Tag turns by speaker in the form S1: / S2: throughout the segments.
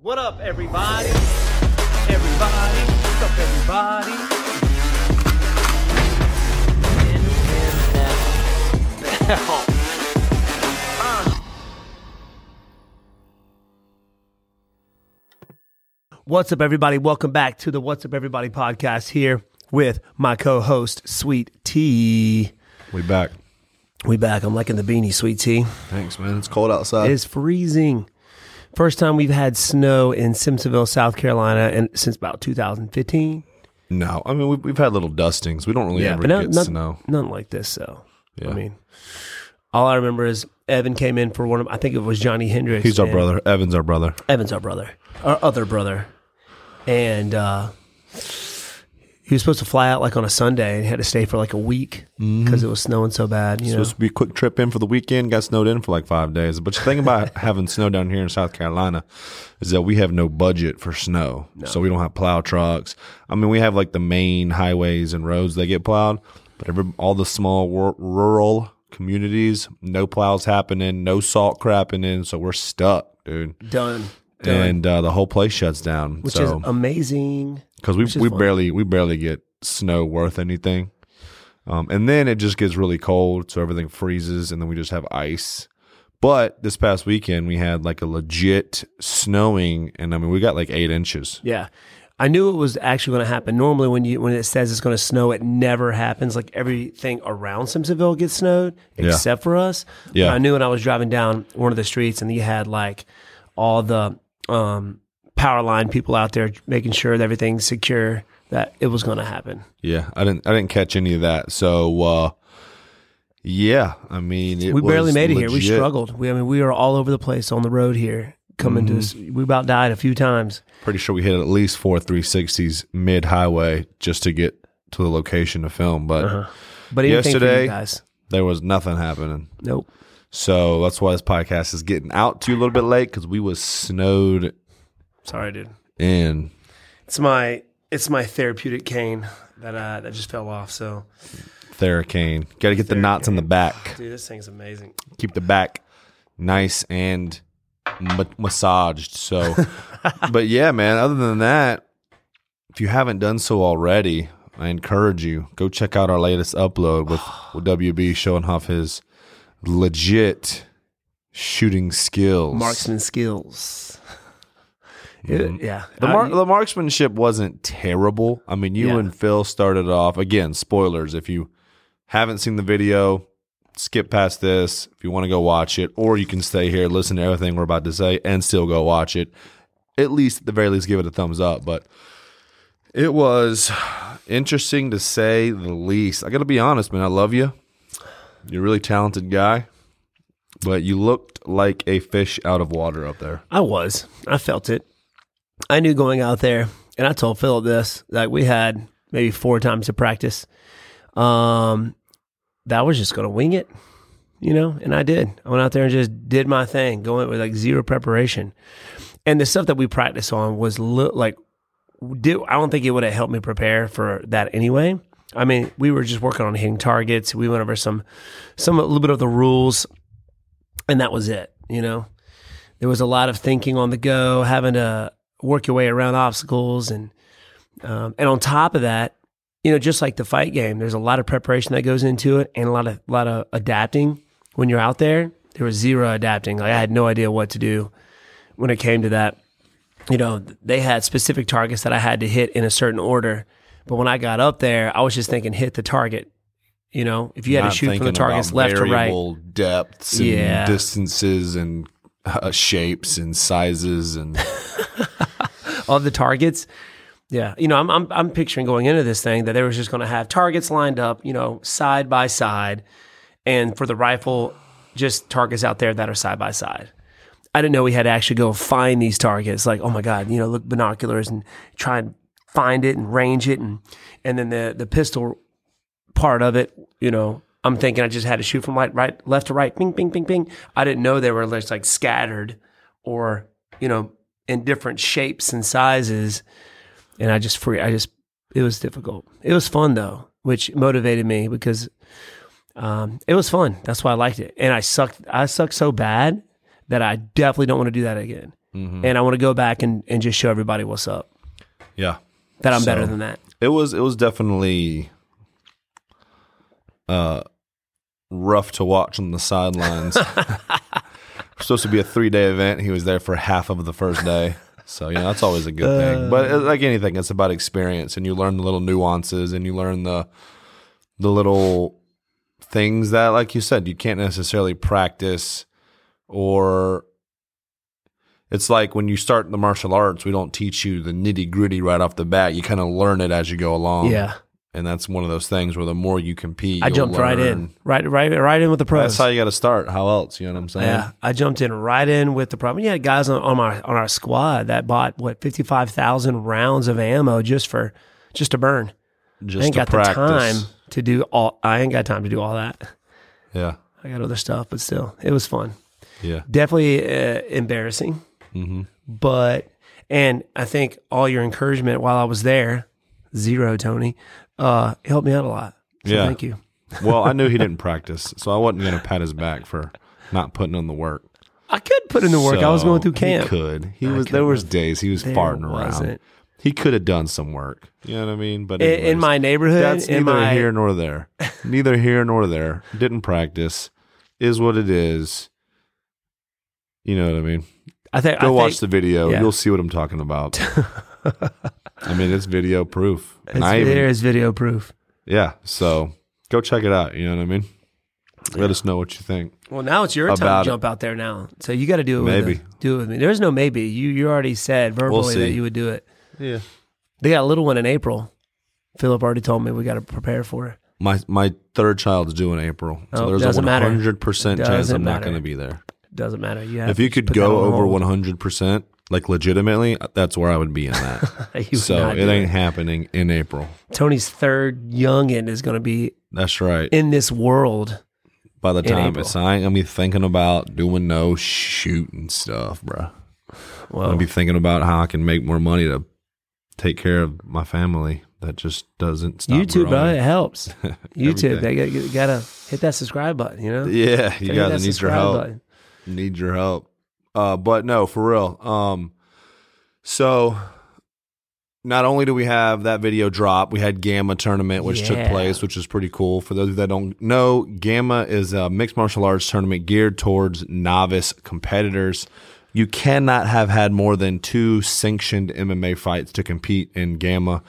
S1: What up, everybody? Everybody, what's up, everybody? What's up, everybody? Welcome back to the What's Up, Everybody podcast here with my co host, Sweet T.
S2: We back.
S1: We back. I'm liking the beanie, Sweet T.
S2: Thanks, man. It's cold outside.
S1: It is freezing. First time we've had snow in Simpsonville, South Carolina, and since about 2015.
S2: no, I mean we've, we've had little dustings. We don't really ever
S1: but not,
S2: get
S1: not,
S2: snow.
S1: nothing like this. though. I
S2: Yeah.
S1: mean, all I remember is Evan came in for one of. I think it was Johnny Hendricks.
S2: He's our
S1: and-
S2: brother. Evan's our brother.
S1: Evan's our brother, our other brother, and uh, he was supposed to fly out like on a Sunday and had to stay for like a week because
S2: Mm-hmm.
S1: it was snowing so bad. You know,
S2: Supposed to be a quick trip in for the weekend. Got snowed in for like five days. But the thing about having snow down here in South Carolina is that we have no budget for snow, so we don't have plow trucks. I mean, we have like the main highways and roads that get plowed, but every, all the small wor- rural communities, no plows happening, no salt crapping in, so we're stuck, dude.
S1: done, done,
S2: And uh, the whole place shuts down,
S1: which
S2: so.
S1: is amazing.
S2: because we
S1: is
S2: we
S1: fun.
S2: barely we barely get snow worth anything. Um, and then it just gets really cold, so everything freezes, and then we just have ice. But this past weekend we had like a legit snowing, and I mean we got like eight inches.
S1: Yeah. I knew it was actually going to happen. Normally, when you when it says it's going to snow, it never happens. Like everything around Simpsonville gets snowed, except for us.
S2: Yeah.
S1: But I knew when I was driving down one of the streets, and you had like all the um, power line people out there making sure that everything's secure. That it was going to happen.
S2: Yeah, I didn't I didn't catch any of that. So uh, yeah, I mean it
S1: we barely
S2: was
S1: made it here. We
S2: legit.
S1: struggled. We I mean, we were all over the place on the road here. Coming to
S2: Mm-hmm.
S1: this, we about died a few times.
S2: Pretty sure we hit at least four 360s mid highway just to get to the location to film, but
S1: Uh-huh. But anything for
S2: Yesterday-
S1: you guys,
S2: there was nothing happening.
S1: nope.
S2: So that's why this podcast is getting out to you a little bit late because we was snowed
S1: Sorry, dude.
S2: in.
S1: It's my it's my therapeutic cane that uh, that just fell off. So,
S2: Theracane. Got to get the knots in the back.
S1: dude, this thing's amazing.
S2: Keep the back nice and ma- massaged. So, but yeah, man. Other than that, if you haven't done so already, I encourage you go check out our latest upload with WB showing off his legit shooting skills.
S1: Marksman skills. It- yeah,
S2: The,
S1: I-
S2: mar- the marksmanship wasn't terrible. I mean, you
S1: Uh, Yeah.
S2: and Phil started off again. Spoilers if you haven't seen the video, skip past this. If you want to go watch it, or you can stay here, listen to everything we're about to say, and still go watch it. At least, at the very least, give it a thumbs up. But it was interesting to say the least. I got to be honest, man. I love you. You're a really talented guy, but you looked like a fish out of water up there.
S1: I was. I felt it. I knew going out there, and I told Philip this. Like we had maybe four times to practice. Um, that I was just gonna wing it, you know. And I did. I went out there and just did my thing, going with like zero preparation. And the stuff that we practiced on was li- like, did, I don't think it would have helped me prepare for that anyway. I mean, we were just working on hitting targets. We went over some, some a little bit of the rules, and that was it. You know, there was a lot of thinking on the go, having to work your way around obstacles, and um, and on top of that, you know, just like the fight game, there's a lot of preparation that goes into it, and a lot of lot of adapting when you're out there. There was zero adapting. Like I had no idea what to do when it came to that. You know, they had specific targets that I had to hit in a certain order, but when I got up there, I was just thinking hit the target. You know, if you had to
S2: not
S1: shoot from the
S2: thinking
S1: targets
S2: about
S1: left to right,
S2: variable depths and
S1: Yeah.
S2: distances and uh, shapes and sizes and
S1: of the targets. Yeah, you know, I'm I'm, I'm picturing going into this thing that they were just going to have targets lined up, you know, side by side, and for the rifle, just targets out there that are side by side. I didn't know we had to actually go find these targets. Like, oh my god, you know, look binoculars and try and find it and range it, and and then the the pistol part of it, you know. I'm thinking I just had to shoot from like right, left to right, ping, ping, ping, ping. I didn't know they were just like scattered or you know in different shapes and sizes and i just free i just it was difficult it was fun though which motivated me because um, it was fun that's why i liked it and i sucked i sucked so bad that i definitely don't want to do that again
S2: Mhm.
S1: and I want to go back and, and just show everybody what's up.
S2: Yeah.
S1: That I'm
S2: So-
S1: better than that.
S2: It was it was definitely uh rough to watch on the sidelines. Supposed to be a three day event. He was there for half of the first day. So you know that's always a good thing. But uh, like anything, it's about experience and you learn the little nuances and you learn the the little things that like you said, you can't necessarily practice or it's like when you start the martial arts, we don't teach you the nitty gritty right off the bat. You kind of learn it as you go along.
S1: yeah,
S2: And that's one of those things where the more you compete,
S1: I
S2: um, you'll
S1: jumped right
S2: learn.
S1: in, right, right, right in with the pros.
S2: That's how you got to start. How else? You know what I'm saying?
S1: Yeah, I jumped in right in with the problem. You had guys on, on our on our squad that bought what fifty five thousand rounds of ammo just for just to burn.
S2: Just
S1: I ain't
S2: to
S1: got
S2: practice.
S1: the time to do all. I ain't got time to do all that.
S2: Yeah.
S1: I got other stuff, but still, it was fun.
S2: Yeah.
S1: Definitely uh, embarrassing,
S2: hmm
S1: but and I think all your encouragement while I was there, zero Tony, uh, helped me out a lot. So
S2: Yeah.
S1: thank you.
S2: well, I knew he didn't practice, so I wasn't going to pat his back for not putting in the work.
S1: I could put in the work. I was
S2: So
S1: going through
S2: He
S1: camp.
S2: could. He was. There was days he was
S1: There
S2: farting around.
S1: wasn't.
S2: He could have done some work. You know what I mean? But
S1: In, in
S2: anyways.
S1: my neighborhood,
S2: That's
S1: in
S2: neither
S1: my
S2: here nor there. neither here nor there. Didn't practice. Is what it is. You know what I mean?
S1: I think
S2: Go
S1: I
S2: watch
S1: think,
S2: the video.
S1: yeah.
S2: You'll see what I'm talking about. I mean, it's video proof. And
S1: It's,
S2: I even-
S1: there is video proof.
S2: yeah. So go check it out. You know what I mean? Let us know what you think.
S1: Well, now it's your time
S2: About it.
S1: to jump out there now. So you got to do it.
S2: Maybe.
S1: with us. do it with me. There's no maybe. You you already said verbally that
S2: see.
S1: you would do it.
S2: Yeah.
S1: They got a little one in April. Philip already told me we got to prepare for it.
S2: My my third child's due in April, so
S1: Oh,
S2: there's a
S1: doesn't matter.
S2: 100 percent chance
S1: Doesn't
S2: I'm not
S1: matter.
S2: going to be there.
S1: Doesn't matter. You have
S2: If you
S1: to
S2: could
S1: put that
S2: go
S1: on
S2: over
S1: hold.
S2: 100 percent, like legitimately, that's where I would be in that.
S1: You would
S2: so
S1: not
S2: it
S1: do
S2: ain't happening in April.
S1: Tony's third youngin is going to be
S2: That's right.
S1: in this world.
S2: By the time
S1: April.
S2: it's I ain't gonna be thinking about doing no shooting stuff, bro. I'm
S1: Well,
S2: gonna be thinking about how I can make more money to take care of my family. That just doesn't stop.
S1: YouTube, bro,
S2: growing.
S1: it helps. YouTube,
S2: Everything.
S1: they got, you got to hit that subscribe button. You know,
S2: Yeah, you
S1: Gotta hit that
S2: guys need your
S1: subscribe
S2: help.
S1: button.
S2: Need your help. Uh, but no, for real. Um, so not only do we have that video drop, we had Gamma tournament, which took
S1: Yeah.
S2: place, which is pretty cool. For those of you that don't know, Gamma is a mixed martial arts tournament geared towards novice competitors. You cannot have had more than two sanctioned MMA fights to compete in Gamma,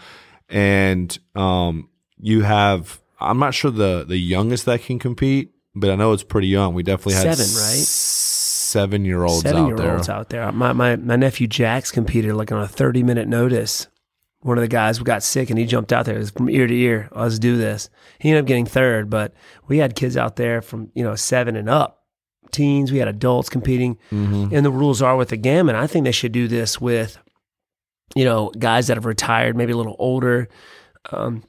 S2: and um, you have. I'm not sure the the youngest that can compete, but I know it's pretty young. We definitely had
S1: Seven, right?
S2: Seven year olds
S1: seven
S2: out
S1: year
S2: there.
S1: olds out there. My, my my nephew Jack's competed like on a thirty minute notice. One of the guys got sick and he jumped out there. It was from ear to ear. Oh, Let's do this. He ended up getting third, but we had kids out there from you know seven and up, teens. We had adults competing, and the rules are with the gammon. I think they should do this with, you know, guys that have retired, maybe a little older, um,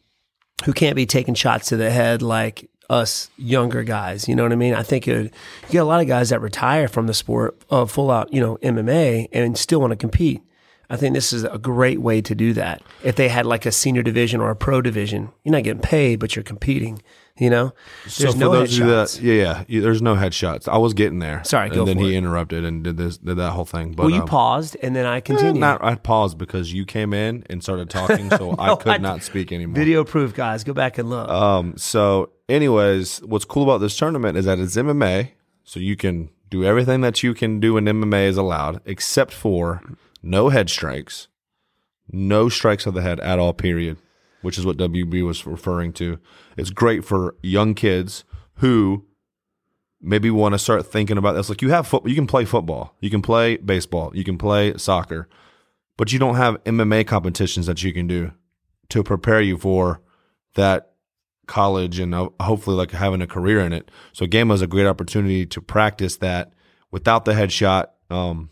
S1: who can't be taking shots to the head like us younger guys. You know what I mean? I think it would, you get a lot of guys that retire from the sport of full out, you know, MMA and still want to compete. I think this is a great way to do that. If they had like a senior division or a pro division, you're not getting paid, but you're competing. You know,
S2: So for those of you that, yeah, yeah, you- there's no headshots. I was getting there.
S1: Sorry,
S2: and
S1: go
S2: then
S1: for
S2: he
S1: it.
S2: interrupted and did this, did that whole thing. But
S1: well, you
S2: um,
S1: paused and then I
S2: eh,
S1: continued.
S2: not- I paused because you came in and started talking, so I could
S1: I-
S2: not speak anymore.
S1: Video proof, guys. Go back and look.
S2: Um. So, anyways, what's cool about this tournament is that it's MMA, so you can do everything that you can do in MMA is allowed, except for no head strikes, no strikes of the head at all. Period. Which is what WB was referring to. It's great for young kids who maybe want to start thinking about this. Like you have football, you can play football, you can play baseball, you can play soccer, but you don't have MMA competitions that you can do to prepare you for that college and uh, hopefully like having a career in it. So Gamma is a great opportunity to practice that without the headshot um,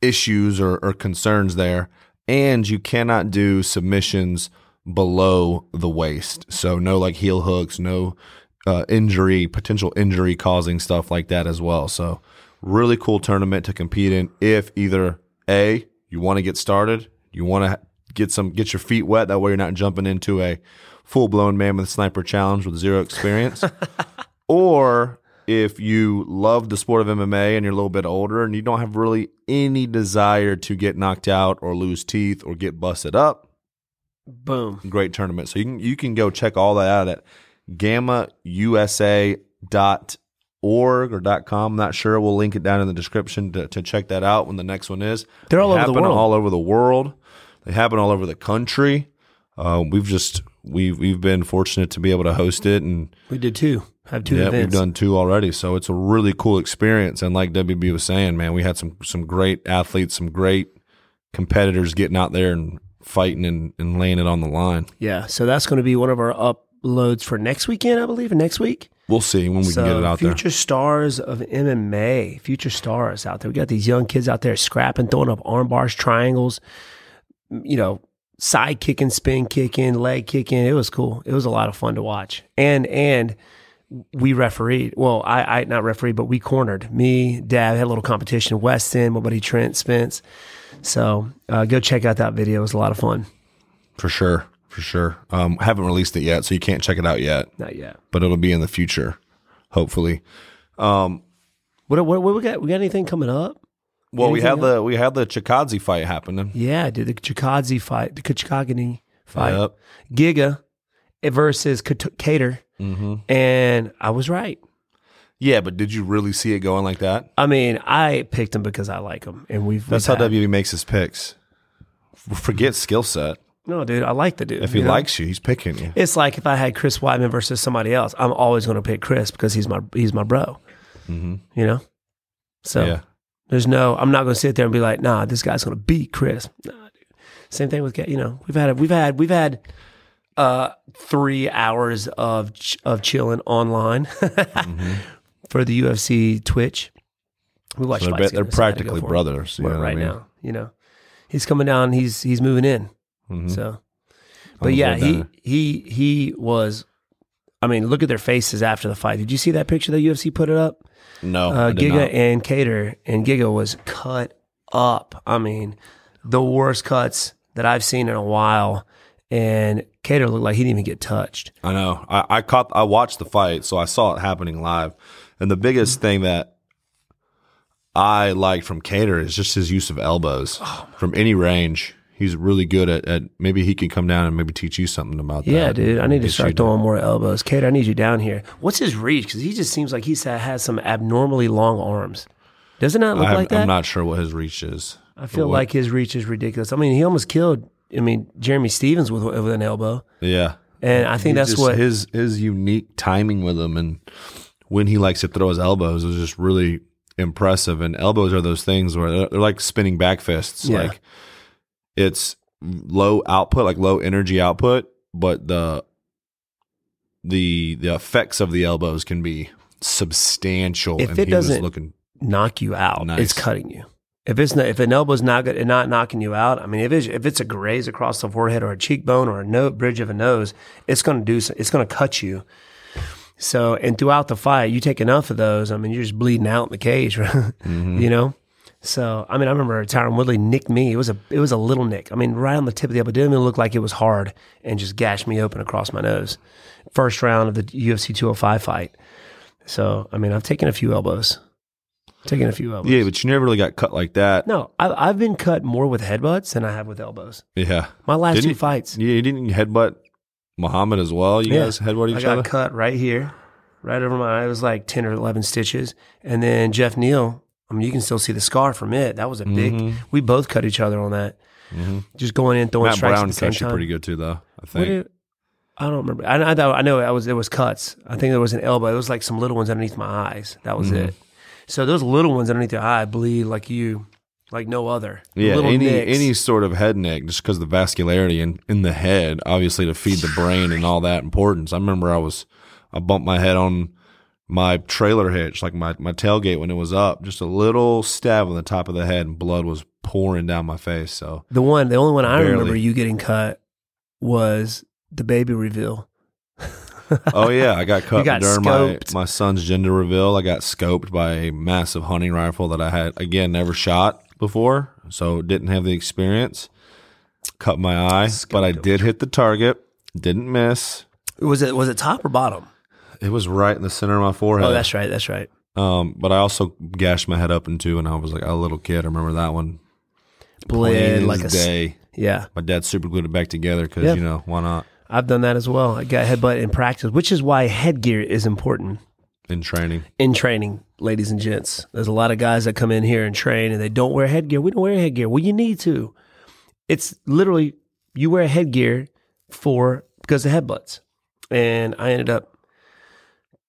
S2: issues or, or concerns there. And you cannot do submissions below the waist. So no like heel hooks, no uh, injury, potential injury causing stuff like that as well. So really cool tournament to compete in if either A, you want to get started, you want to get some get your feet wet that way you're not jumping into a full blown mammoth sniper challenge with zero experience or if you love the sport of MMA and you're a little bit older and you don't have really any desire to get knocked out or lose teeth or get busted up,
S1: Boom.
S2: great tournament. So you can you can go check all that out at gammausa.org or dot .com. I'm not sure. We'll link it down in the description to, to check that out when the next one is.
S1: They're all
S2: They
S1: over the
S2: happen
S1: world.
S2: All over the world. They happen all over the country. Uh, we've just we've we've been fortunate to be able to host it and
S1: We did two. Have two
S2: yeah,
S1: events.
S2: we've done two already, so it's a really cool experience. And like WB was saying, man, we had some some great athletes, some great competitors getting out there and fighting and, and laying it on the line.
S1: Yeah. So that's going to be one of our uploads for next weekend, I believe, or next week.
S2: We'll see when we
S1: so
S2: can get it out
S1: future stars of MMA, future stars out there. We got these young kids out there scrapping, throwing up arm bars, triangles, you know, side kicking, spin kicking, leg kicking. It was cool. It was a lot of fun to watch. And and we refereed. Well, I, I not refereed, but we cornered. Me, Dad had a little competition. Weston, my buddy Trent Spence. So uh, go check out that video. It was a lot of fun.
S2: there for sure, for sure. Um, haven't released it yet, so you can't check it out yet,
S1: Not yet.
S2: but it'll be in the future, hopefully.
S1: What what, what we got? We got anything coming up?
S2: Well, we had
S1: Anything
S2: the we had the Chikadze fight happening.
S1: Yeah, dude, the Chikadze fight, the Kachikagani fight,
S2: Yep.
S1: Giga versus Kat- Cater, and I was right.
S2: Mm-hmm. Yeah, but did you really see it going like that?
S1: I mean, I picked him because I like him, and we've
S2: That's
S1: we've
S2: how
S1: had-
S2: WB makes his picks. Forget skill set.
S1: No, dude, I like the dude.
S2: If he
S1: you know?
S2: likes you, he's picking you.
S1: it's like if I had Chris Weidman versus somebody else, I'm always going to pick Chris because he's my he's my bro. You know, so
S2: Yeah.
S1: there's no. I'm not going to sit there and be like, nah, this guy's going to beat Chris. Nah, dude. Same thing with Ca- you know, we've had we've had we've had uh three hours of ch- of chilling online
S2: Mm-hmm.
S1: for the UFC Twitch. We watched.
S2: So they're,
S1: fights
S2: ba- they're
S1: together, so I had to go
S2: practically
S1: for it.
S2: brothers. You know
S1: We're
S2: what
S1: right
S2: I mean?
S1: now. You know, he's coming down. He's he's moving in.
S2: Mhm.
S1: So,
S2: the
S1: but yeah,
S2: way
S1: he
S2: down.
S1: he he was. I mean, look at their faces after the fight. Did you see that picture that UFC put it up?
S2: No,
S1: Uh,
S2: I did
S1: Giga
S2: not.
S1: and Cater and Giga was cut up. I mean, the worst cuts that I've seen in a while. And Cater looked like he didn't even get touched.
S2: I know. I, I caught. I watched the fight, so I saw it happening live. And the biggest thing that I like from Cater is just his use of elbows
S1: Oh
S2: from any range. He's really good at, at. Maybe he could come down and maybe teach you something about that.
S1: Yeah, dude, Uh, I need to
S2: Yes, you
S1: start
S2: do.
S1: throwing more elbows. Cater, I need you down here. What's his reach? Because he just seems like he's has some abnormally long arms. Doesn't that look
S2: I have,
S1: like that?
S2: I'm not sure what his reach is.
S1: I feel like his reach is ridiculous. I mean, he almost killed. I mean, Jeremy Stevens with, with an elbow,
S2: Yeah,
S1: and I think
S2: He
S1: that's
S2: just-
S1: what.
S2: his his unique timing with him and when he likes to throw his elbows is just really impressive. And elbows are those things where they're, they're like spinning back fists.
S1: Yeah.
S2: Like it's low output, like low energy output, but the the the effects of the elbows can be substantial.
S1: If
S2: and
S1: it
S2: he was
S1: doesn't-
S2: looking
S1: knock you out.
S2: Nice.
S1: It's cutting you. If it's not, if an elbow's not good, not knocking you out. I mean, if it's if it's a graze across the forehead or a cheekbone or a no, bridge of a nose, it's going to do. so- It's going to cut you. So and throughout the fight, you take enough of those. I mean, you're just bleeding out in the cage, right? you know. So I mean, I remember Tyron Woodley nicked me. It was a it was a little nick. I mean, right on the tip of the elbow. It didn't even look like it was hard, and just gashed me open across my nose. First round of the UFC 205 fight. So I mean, I've taken a few elbows. Taken a few elbows.
S2: Yeah, but you never really got cut like that.
S1: No, I, I've been cut more with headbutts than I have with elbows.
S2: Yeah.
S1: My last
S2: Didn't
S1: two
S2: you-
S1: fights,
S2: Yeah, you didn't headbutt Muhammad as well. You
S1: Yeah.
S2: guys headbutt
S1: I
S2: each
S1: got
S2: other?
S1: cut right here, right over my eye. It was like 10 or 11 stitches. And then Jeff Neal, I mean, you can still see the scar from it. That was a big, we both cut each other on that. Just going in, throwing
S2: Mm-hmm. Matt
S1: strikes
S2: Brown
S1: at the same
S2: cut you
S1: time.
S2: pretty good too, though. I
S1: What
S2: think.
S1: did- I don't remember. I, I, thought- I know I was, it was cuts. I think there was an elbow. It was like some little ones underneath my eyes. That was
S2: Mm-hmm.
S1: it. So those little ones underneath your eye bleed like you, like no other.
S2: Yeah,
S1: Little
S2: any
S1: nicks.
S2: any sort of head neck, just because the vascularity in, in the head, obviously to feed the brain and all that importance. I remember I was I bumped my head on my trailer hitch, like my, my tailgate when it was up, just a little stab on the top of the head, and blood was pouring down my face. So
S1: The one, the only one I remember
S2: Barely.
S1: you getting cut was the baby reveal.
S2: oh yeah, I got cut
S1: got
S2: during
S1: scoped.
S2: my my son's gender reveal. I got scoped by a massive hunting rifle that I had again never shot before, so didn't have the experience. Cut my eye, but I
S1: Scoped.
S2: did hit the target. Didn't miss.
S1: Was it was it top or bottom?
S2: it was right in the center of my forehead.
S1: Oh, that's right. That's right.
S2: um, but I also gashed my head up in two, and I was like a little kid. I remember that one. Plain
S1: Bled
S2: as
S1: like a s-
S2: day.
S1: yeah.
S2: My dad super glued it back together because
S1: Yeah.
S2: you know why not
S1: I've done that as well. I got headbutt in practice, which is why headgear is important
S2: in training.
S1: in training, ladies and gents. There's a lot of guys that come in here and train and they don't wear headgear. We don't wear headgear. Well, you need to. It's literally you wear headgear for because of headbutts. And I ended up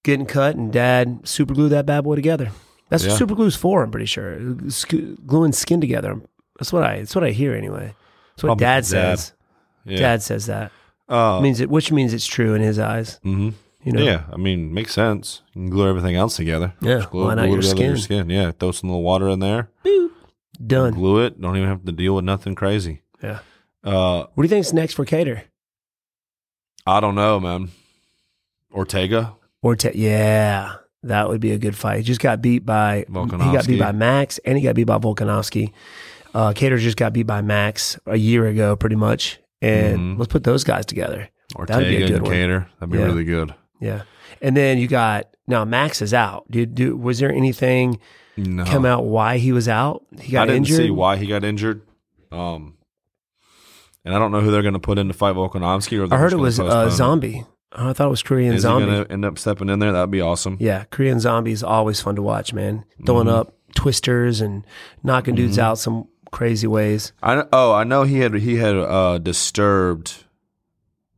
S1: getting cut, and dad super glued that bad boy together. That's
S2: Yeah.
S1: what super glue's for, I'm pretty sure. Sc- gluing skin together. That's what I that's what I hear anyway. That's what
S2: Probably
S1: dad
S2: dad.
S1: says.
S2: Yeah.
S1: Dad says that.
S2: Uh,
S1: means it, which means it's true in his eyes.
S2: hmm
S1: You know,
S2: Yeah, I mean, makes sense. You can glue everything else together.
S1: Yeah,
S2: Just glue,
S1: why not
S2: glue
S1: your
S2: together
S1: skin?
S2: Yeah, throw some little water in there.
S1: done.
S2: Glue it. Don't even have to deal with nothing crazy.
S1: Yeah.
S2: Uh,
S1: What do you think's next for Cater?
S2: I don't know, man. Ortega.
S1: Or te- yeah, that would be a good fight. He just got beat by He got beat
S2: Volkanovski.
S1: by Max, and he got beat by Volkanovski. Uh, Cater just got beat by Max a year ago, pretty much. And
S2: Mhm.
S1: let's put those guys together.
S2: Ortega
S1: That'd be a good
S2: and
S1: one.
S2: Cater. That'd be
S1: Yeah.
S2: really good.
S1: Yeah, and then you got now Max is out. Did do was there anything
S2: No,
S1: come out why he was out? He got
S2: I didn't
S1: injured.
S2: see why he got injured. Um, and I don't know who they're going to put in to fight Volkanovski. Or
S1: I
S2: they're
S1: heard
S2: just
S1: it
S2: gonna
S1: was uh,
S2: postpone.
S1: zombie. I thought it was Korean
S2: Is
S1: zombie.
S2: he going to end up stepping in there? That'd be awesome.
S1: Yeah, Korean zombie is always fun to watch, man. Throwing
S2: Mm-hmm.
S1: up twisters and knocking dudes out some crazy ways.
S2: I kn- oh I know he had he had uh, disturbed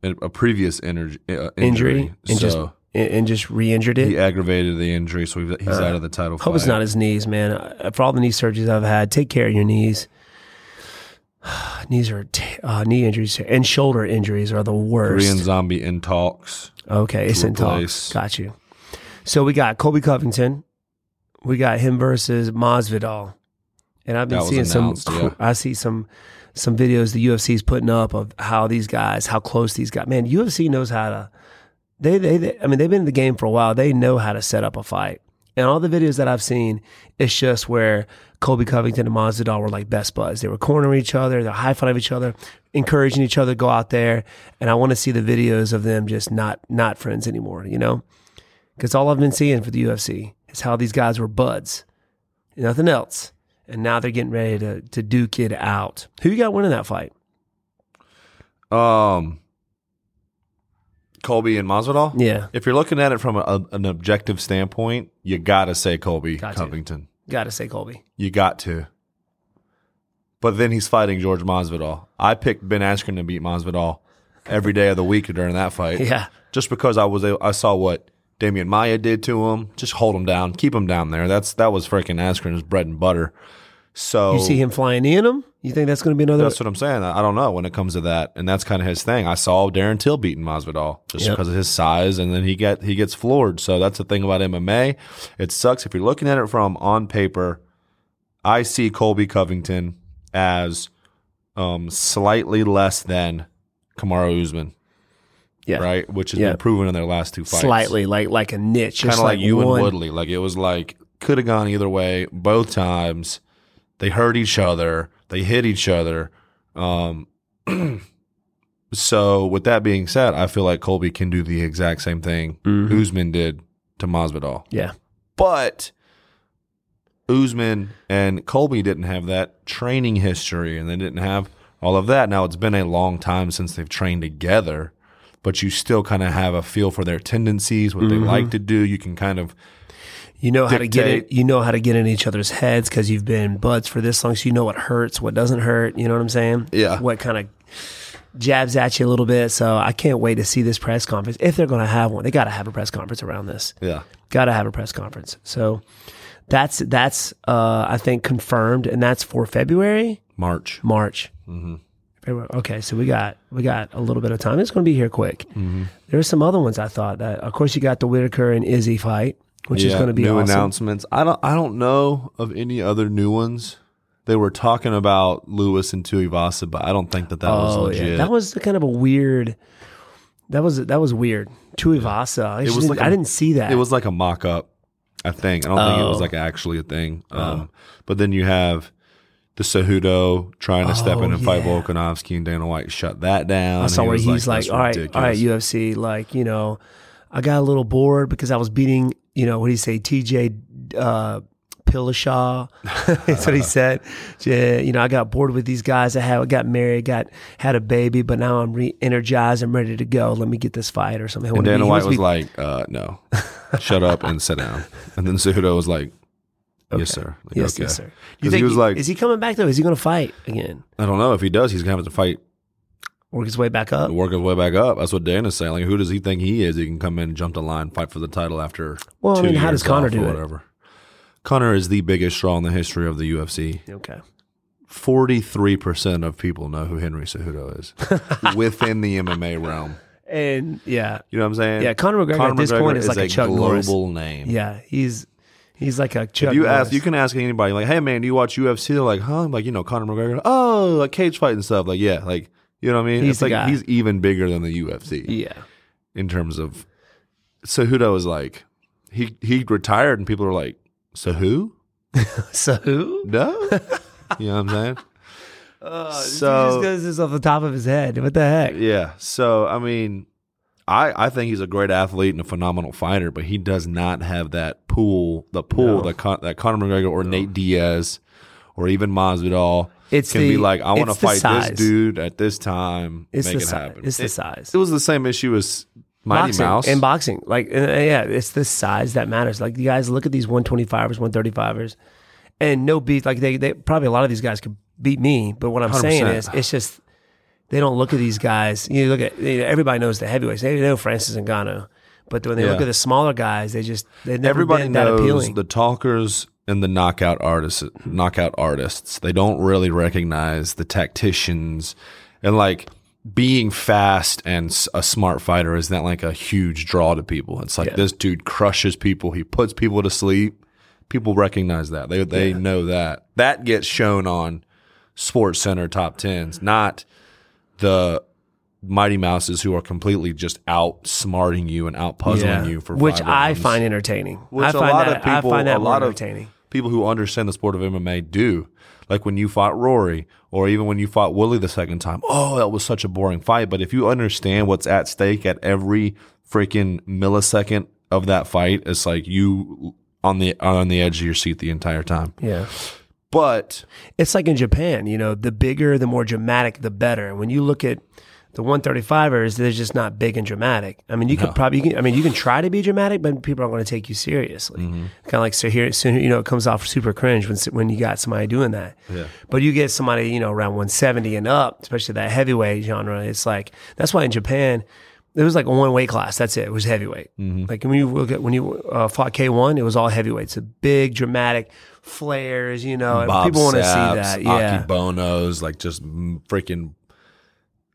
S2: a a previous energy, uh, injury,
S1: Injury, and just
S2: so
S1: and, and just re-injured it.
S2: he aggravated the injury, so he's, he's out of the title.
S1: Hope it's
S2: fight.
S1: Uh, not his knees, man. Uh, For all the knee surgeries I've had, take care of your knees. knees are t- uh, knee injuries and shoulder injuries are the worst.
S2: Korean zombie in talks.
S1: Okay, it's in
S2: replace.
S1: talks. Got you. So we got Kobe Covington. We got him versus Masvidal. And I've been
S2: That was
S1: seeing some.
S2: announced, yeah.
S1: I see some some videos the UFC's putting up of how these guys, how close these guys. Man, UFC knows how to. They, they they I mean they've been in the game for a while. They know how to set up a fight. And all the videos that I've seen, it's just where Kobe Covington and Masvidal were like best buds. They were cornering each other, they're high five each other, encouraging each other to go out there. And I want to see the videos of them just not not friends anymore, you know? Because all I've been seeing for the UFC is how these guys were buds, nothing else. And now they're getting ready to to duke it out. Who you got winning that fight?
S2: Um, Colby and Masvidal.
S1: Yeah,
S2: If you're looking at it from a, a- an objective standpoint, you gotta say Colby
S1: Got to.
S2: Covington.
S1: gotta say Colby.
S2: You got to. But then he's fighting George Masvidal. I picked Ben Askren to beat Masvidal every day of the week during that fight.
S1: Yeah,
S2: Just because I was a- I saw what Damian Maya did to him. Just hold him down, keep him down there. That's that was freaking Askren's bread and butter. So
S1: you see him flying in him. You think that's going to be another?
S2: Oh. that's what I'm saying. I I don't know when it comes to that, and that's kind of his thing. I saw Darren Till beating Masvidal just
S1: Yep.
S2: because of his size, and then he get he gets floored. So that's the thing about MMA. It sucks if you're looking at it from on paper. I see Colby Covington as um, slightly less than Kamaru Usman,
S1: yeah,
S2: right? Which has
S1: Yeah.
S2: been proven in their last two fights,
S1: slightly like like a niche,
S2: kind
S1: just
S2: of like, you
S1: one-
S2: and Woodley. Like it was like could have gone either way both times. They hurt each other. They hit each other. Um, so with that being said, I feel like Colby can do the exact same thing
S1: Mhm.
S2: Usman did to Masvidal.
S1: Yeah,
S2: But Usman and Colby didn't have that training history and they didn't have all of that. Now it's been a long time since they've trained together, but you still kind of have a feel for their tendencies, what
S1: Mm-hmm.
S2: they like to do. You can kind of
S1: you know how to get
S2: Dictate.
S1: it. You know how to get in each other's heads because you've been buds for this long, so you know what hurts, what doesn't hurt. You know what I'm saying?
S2: Yeah.
S1: What kind of jabs at you a little bit? So I can't wait to see this press conference if they're going to have one. They got to have a press conference around this.
S2: Yeah.
S1: Got to have a press conference. So that's that's uh, I think confirmed, and that's for February,
S2: March.
S1: March.
S2: Mm-hmm.
S1: February. Okay, so we got we got a little bit of time. It's going to be here quick.
S2: Mm-hmm.
S1: There are some other ones I thought that. Of course, you got the Whitaker and Izzy fight, which is
S2: Yeah,
S1: going to be
S2: new
S1: awesome.
S2: announcements. I don't I don't know of any other new ones. They were talking about Lewis and Tuivasa, but I don't think that that was
S1: Oh
S2: legit.
S1: yeah, that was kind of a weird. That was that was weird. Tuivasa. I, just
S2: was
S1: didn't,
S2: like
S1: I
S2: a-
S1: didn't see that.
S2: It was like a mock up, I think. I don't think it was
S1: Oh.
S2: like actually a thing. Um, But then you have the Cejudo trying to step
S1: Oh,
S2: in and fight
S1: yeah.
S2: Volkanovski, and Dana White shut that down.
S1: I saw
S2: He
S1: where
S2: was
S1: he's
S2: like,
S1: like,
S2: "That's
S1: all right, all right,
S2: ridiculous."
S1: UFC, like you know, I got a little bored because I was beating, you know, what do you say, TJ uh, Pillashaw. That's what he said. Yeah, you know, I got bored with these guys. I had, got married, got had a baby, but now I'm re-energized. I'm ready to go. Let me get this fight or something. I
S2: And
S1: wanna be-
S2: Dana
S1: he
S2: White
S1: wants
S2: was
S1: to be-
S2: like, uh, no, shut up and sit down. And then Cejudo was like, yes, sir. Like,
S1: yes,
S2: okay.
S1: yes, sir.
S2: 'Cause he was like,
S1: is he coming back though? Is he going to fight again?
S2: I don't know. If he does, he's going to have to fight,
S1: Work his way back up?
S2: work his way back up. That's what Dana's saying. Like, who does he think he is? He can come in, jump the line, fight for the title after.
S1: Well, I
S2: two
S1: mean, how
S2: years
S1: does Conor
S2: off or
S1: do it?
S2: Whatever. Connor is the biggest straw in the history of the UFC.
S1: Okay.
S2: 43% of people know who Henry Cejudo is within the MMA realm.
S1: And yeah,
S2: You know what I'm saying?
S1: Yeah, Conor McGregor at this point is like a Chuck
S2: global
S1: Norris.
S2: name.
S1: yeah, he's he's like a Chuck.
S2: If you
S1: Norris.
S2: ask, you can ask anybody. Like, hey man, do you watch UFC? They're like, huh? Like, you know, Conor McGregor. Oh, like cage fight and stuff. Like, yeah, like you know what I mean?
S1: He's
S2: it's
S1: the
S2: like
S1: guy.
S2: he's even bigger than the UFC
S1: yeah,
S2: in terms of. Cejudo is like, he he retired, and people are like, so who?
S1: so who?
S2: No, you know what I'm saying?
S1: Uh, he just
S2: so
S1: goes this off the top of his head. What the heck?
S2: yeah, so I mean, I I think he's a great athlete and a phenomenal fighter, but he does not have that pool, the pool that Con- that Conor McGregor or Nate Diaz or even Masvidal.
S1: It's
S2: can
S1: the,
S2: be like, I want to
S1: it's the
S2: fight
S1: size.
S2: this dude at this time.
S1: It's
S2: make
S1: the
S2: it
S1: size.
S2: happen.
S1: It's
S2: it,
S1: the size.
S2: it was the same issue as Mighty
S1: boxing
S2: Mouse.
S1: and boxing, like and, uh, yeah, it's the size that matters. Like you guys look at these 125ers, 135ers, and no beat. Like they, they probably a lot of these guys could beat me, but what I'm saying
S2: 100%.
S1: is, it's just they don't look at these guys. You look at you know, everybody knows the heavyweights. They know Francis Ngannou, but when they look
S2: Yeah.
S1: at the smaller guys, they just they never
S2: Everybody
S1: been that
S2: knows
S1: appealing.
S2: the talkers and the knockout artists. Knockout artists. They don't really recognize the tacticians and like. Being fast and s- a smart fighter is not like a huge draw to people. It's like this dude crushes people. He puts people to sleep. People recognize that. They they know that. That gets shown on Sports Center top tens, not the Mighty Mouses who are completely just outsmarting you and out puzzling
S1: Yeah.
S2: you for
S1: which
S2: five
S1: I
S2: rounds.
S1: find entertaining.
S2: Which
S1: I
S2: a
S1: find
S2: lot
S1: that
S2: of people,
S1: I find that
S2: a lot
S1: more
S2: of
S1: entertaining.
S2: people who understand the sport of MMA do. Like when you fought Rory, or even when you fought Willie the second time. Oh, that was such a boring fight. But if you understand what's at stake at every freaking millisecond of that fight, it's like you on the on the edge of your seat the entire time.
S1: Yeah.
S2: But
S1: It's like in Japan, you know, the bigger, the more dramatic, the better. And when you look at the 135ers, they're just not big and dramatic. I mean, you could probably, you can, I mean, you can try to be dramatic, but people aren't going to take you seriously. Kind of like, so here, soon, you know, it comes off super cringe when, when you got somebody doing that.
S2: Yeah.
S1: But you get somebody, you know, around 170 and up, especially that heavyweight genre, it's like, that's why in Japan, there was like one weight class. That's it. It was heavyweight. Like when you look at, when you uh, fought K1, it was all heavyweights. A big, dramatic flares, you know, and
S2: Bob
S1: people want to see
S2: Saps,
S1: that. Yeah.
S2: Aki Bonos, like just m- freaking.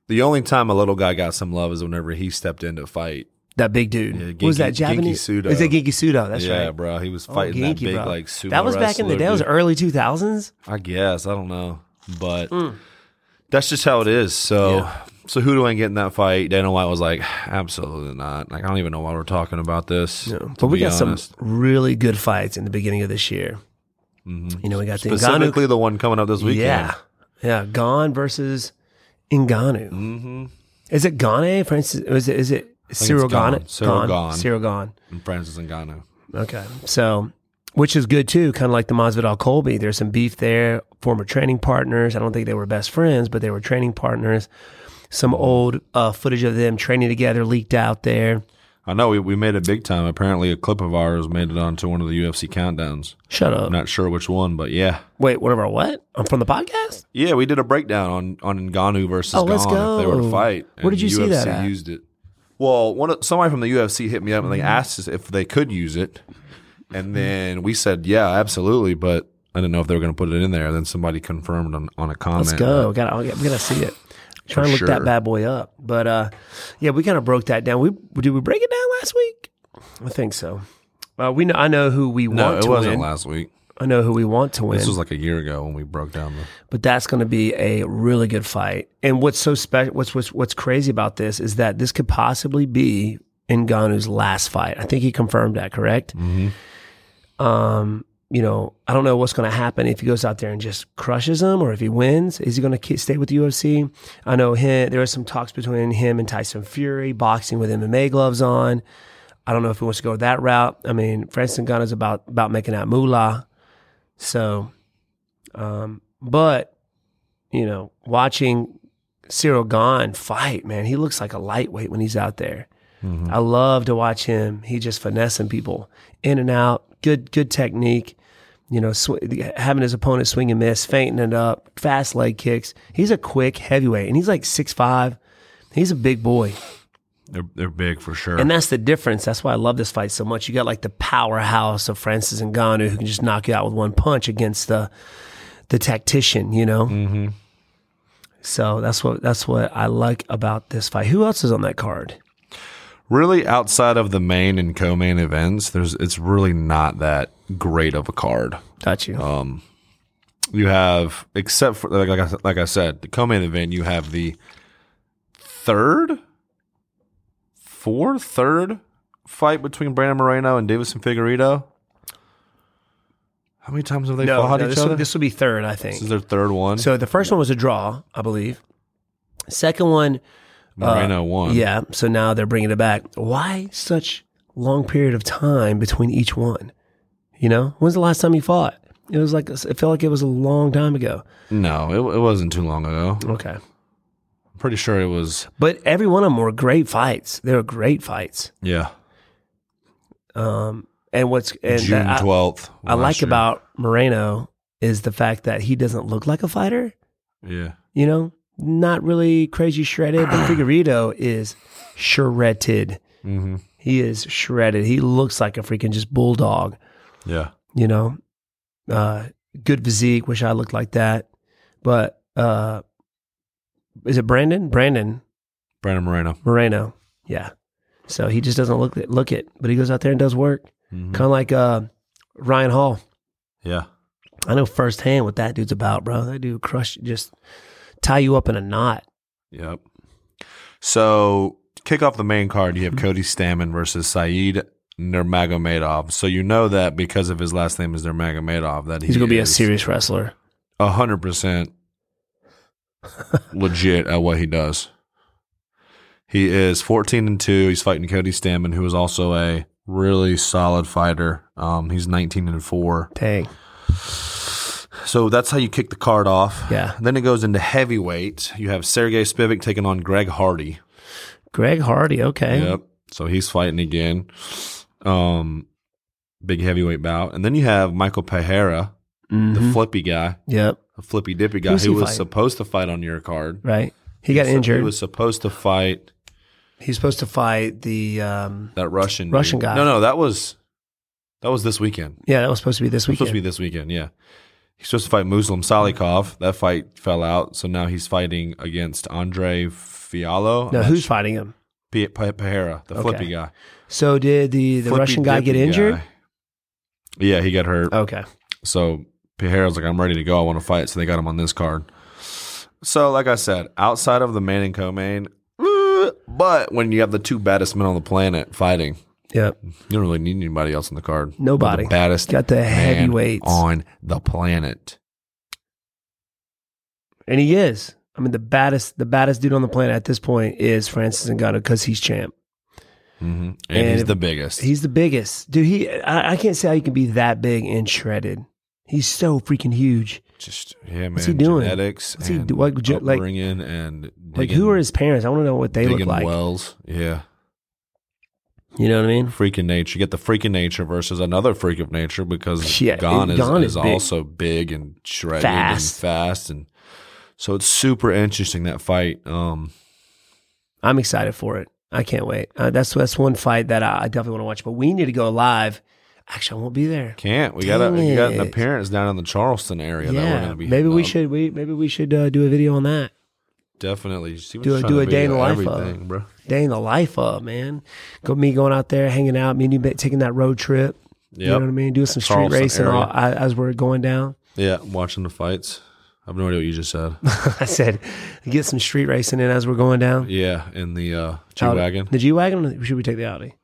S2: The only time a little guy got some love is whenever he stepped in to fight.
S1: That big dude.
S2: Yeah,
S1: What was that
S2: Genki-
S1: Japanese?
S2: Genki Sudo.
S1: Is it Genki Sudo? That's
S2: yeah,
S1: right.
S2: bro, he was
S1: Oh,
S2: fighting that
S1: Genki,
S2: big
S1: bro.
S2: like sumo.
S1: That was back in the
S2: wrestler
S1: day. That was
S2: dude.
S1: early 2000s.
S2: I guess I don't know, but
S1: Mm.
S2: that's just how it is. So, so who do I get in that fight? Dana White was like, absolutely not. Like I don't even know why we're talking about this. to
S1: But we
S2: be
S1: got
S2: honest.
S1: some really good fights in the beginning of this year. You know, we got the Ngannou.
S2: Mm-hmm. specifically the one coming up this weekend.
S1: Yeah. Yeah. Gone versus Ngannou. Mm-hmm. Is it Gane? Francis? Is it, is it Cyril
S2: Gane.
S1: Gane?
S2: Cyril
S1: Gane.
S2: Gane.
S1: Cyril Gane.
S2: and Francis Ngannou.
S1: Okay. So, which is good too, kind of like the Masvidal Colby. There's some beef there, former training partners. I don't think they were best friends, but they were training partners. Some old uh, footage of them training together leaked out there.
S2: I know we, we made it big time. Apparently, a clip of ours made it onto one of the UFC countdowns.
S1: Shut up.
S2: I'm not sure which one, but yeah,
S1: Wait, one of our what? I'm from the podcast?
S2: yeah, we did a breakdown on on Ngannou versus
S1: Oh, let's
S2: Gane if they were to
S1: go.
S2: fight.
S1: Where
S2: and
S1: did you
S2: the
S1: see
S2: UFC
S1: that at? Mm-hmm.
S2: Used it. Well, one of, somebody from the UFC hit me up and they asked us if they could use it, and then we said yeah, absolutely, but I didn't know if they were going to put it in there. Then somebody confirmed on, on a comment.
S1: Let's go. We gotta, we gotta see it. Try and look
S2: sure.
S1: that bad boy up. But uh, yeah, we kind of broke that down. We Did we break it down last week? I think so. Uh, we know, I know who we
S2: No,
S1: want
S2: it
S1: to
S2: wasn't
S1: win.
S2: last week.
S1: I know who we want to win.
S2: This was like a year ago when we broke down the.
S1: but that's going to be a really good fight. And what's so special, what's, what's what's crazy about this is that this could possibly be Ngannou's last fight. I think he confirmed that, correct? Um, you know, I don't know what's going to happen if he goes out there and just crushes him, or if he wins. Is he going to stay with the UFC? I know him, there was some talks between him and Tyson Fury, boxing with MMA gloves on. I don't know if he wants to go that route. I mean, Francis Gunn is about about making that moolah. So, um, but you know, watching Cyril Gon fight, man, he looks like a lightweight when he's out there. I love to watch him. He just finessing people in and out. Good, good technique. You know, sw- having his opponent swing and miss, fainting it up, fast leg kicks. He's a quick heavyweight, and he's like six five. He's a big boy.
S2: They're, they're big for sure.
S1: And that's the difference. That's why I love this fight so much. You got like the powerhouse of Francis Ngannou who can just knock you out with one punch against the the tactician, you know. Mm-hmm. So that's what that's what I like about this fight. Who else is on that card?
S2: really, outside of the main and co-main events, there's it's really not that great of a card.
S1: Got you.
S2: Uh, You have, except for like like I, like I said, the co-main event. You have the third, fourth, third fight between Brandon Moreno and Davison Figueredo. How many times have they
S1: no,
S2: fought
S1: no,
S2: each
S1: this,
S2: other?
S1: will, this will be third, I
S2: this is
S1: think.
S2: their third one.
S1: So uh, the first one was a draw, I believe. Second one,
S2: Moreno won.
S1: yeah. So now they're bringing it back. Why such long period of time between each one? You know, when's the last time you fought? It was like it felt like it was a long time ago.
S2: No, it, it wasn't too long ago.
S1: Okay,
S2: I'm pretty sure it was.
S1: but every one of them were great fights. They were great fights.
S2: Yeah,
S1: Um, and what's and
S2: June
S1: that I-
S2: 12th.
S1: I, like
S2: last year.
S1: about Moreno is the fact that he doesn't look like a fighter.
S2: Yeah.
S1: You know, not really crazy shredded, but Figueredo is shredded.
S2: Mm-hmm.
S1: He is shredded. He looks like a freaking just bulldog.
S2: Yeah.
S1: you know, uh, good physique. Wish I looked like that. But uh, is it Brandon? Brandon
S2: Brandon Moreno.
S1: Moreno. Yeah. So he just doesn't look look it, but he goes out there and does work,
S2: Mhm.
S1: kind of like uh, Ryan Hall.
S2: Yeah.
S1: I know firsthand what that dude's about, bro. That dude crush just tie you up in a knot.
S2: Yep. So kick off the main card. You have
S1: Mm-hmm.
S2: Cody Stammen versus Saeed Nurmagomedov. So you know that because of his last name is Nurmagomedov that he
S1: He's gonna be a
S2: is
S1: serious wrestler.
S2: hundred percent legit at what he does. He is fourteen and two. He's fighting Cody Stammen, who is also a really solid fighter. Um, he's nineteen and four.
S1: Dang.
S2: So that's how you kick the card off.
S1: Yeah.
S2: Then it goes into heavyweight. You have Sergey Spivak taking on Greg Hardy.
S1: Greg Hardy. Okay.
S2: Yep. So he's fighting again. Um, big heavyweight bout. And then you have Michael Pajera,
S1: Mhm.
S2: the flippy guy,
S1: Yep.
S2: the flippy dippy guy
S1: Who's
S2: who
S1: he
S2: was
S1: fighting?
S2: supposed to fight on your card.
S1: Right. He got
S2: So
S1: injured.
S2: He was supposed to fight
S1: He's supposed to fight the. Um,
S2: that Russian dude.
S1: Russian guy.
S2: No, no, that was that was this weekend.
S1: yeah, that was supposed to be this
S2: It was
S1: weekend.
S2: supposed to be this weekend, yeah. He's supposed to fight Muslim Salikov. That fight fell out, so now he's fighting against Andre Fiallo.
S1: No,
S2: I'm not
S1: who's
S2: sure.
S1: fighting him?
S2: P- Pa- Pajera, the
S1: Okay.
S2: flippy guy?
S1: So did the the
S2: Flippy
S1: Russian guy get
S2: dippy
S1: injured?
S2: guy. Yeah, he got hurt.
S1: Okay.
S2: So Pajera's like, I'm ready to go. I want to fight. So they got him on this card. So, like I said, outside of the main and co-main, eh, but when you have the two baddest men on the planet fighting,
S1: Yep.
S2: you don't really need anybody else on the card. You're
S1: Nobody.
S2: The baddest
S1: Got the
S2: man
S1: heavyweights,
S2: on the planet.
S1: and he is. I mean, the baddest the baddest dude on the planet at this point is Francis Ngannou because he's champ.
S2: hmm And,
S1: And
S2: he's
S1: if-
S2: the biggest.
S1: He's the biggest dude. He I, I can't see how you can be that big and shredded. He's so freaking huge.
S2: Just yeah, man.
S1: What's he doing?
S2: Genetics.
S1: What's he
S2: and
S1: do- what ge- like-
S2: upbringing and digging,
S1: Like, who are his parents? I want to know what they
S2: digging
S1: look like.
S2: wells? Yeah.
S1: You know what I mean?
S2: freak of nature. You get the freak of nature versus another freak of nature because
S1: Yeah,
S2: Gon is,
S1: Gon
S2: is
S1: is big.
S2: also big and shredded
S1: Fast.
S2: and fast, and so it's super interesting that fight. Um,
S1: I'm excited for it. I can't wait. Uh, that's that's one fight that I, I definitely want to watch. But we need to go live. Actually, I won't be there.
S2: can't we got a,
S1: Dang
S2: we got an
S1: it.
S2: appearance down in the Charleston area that we're gonna be.
S1: maybe
S2: hitting
S1: we
S2: up.
S1: should we maybe we should uh, do a video on that
S2: definitely See, we're
S1: Do a-
S2: trying
S1: do
S2: to
S1: a day in
S2: video
S1: the life of-
S2: everything, bro.
S1: day in the life of man go me going out there hanging out me and you ba- taking that road trip
S2: Yep.
S1: you know what i mean doing some street
S2: Charleston
S1: racing
S2: area.
S1: all, I, as we're going down
S2: Yeah, watching the fights. I have no idea what you just said.
S1: i said get some street racing in as we're going down
S2: yeah, in the uh, G
S1: Audi.
S2: wagon.
S1: the g-wagon should we take the audi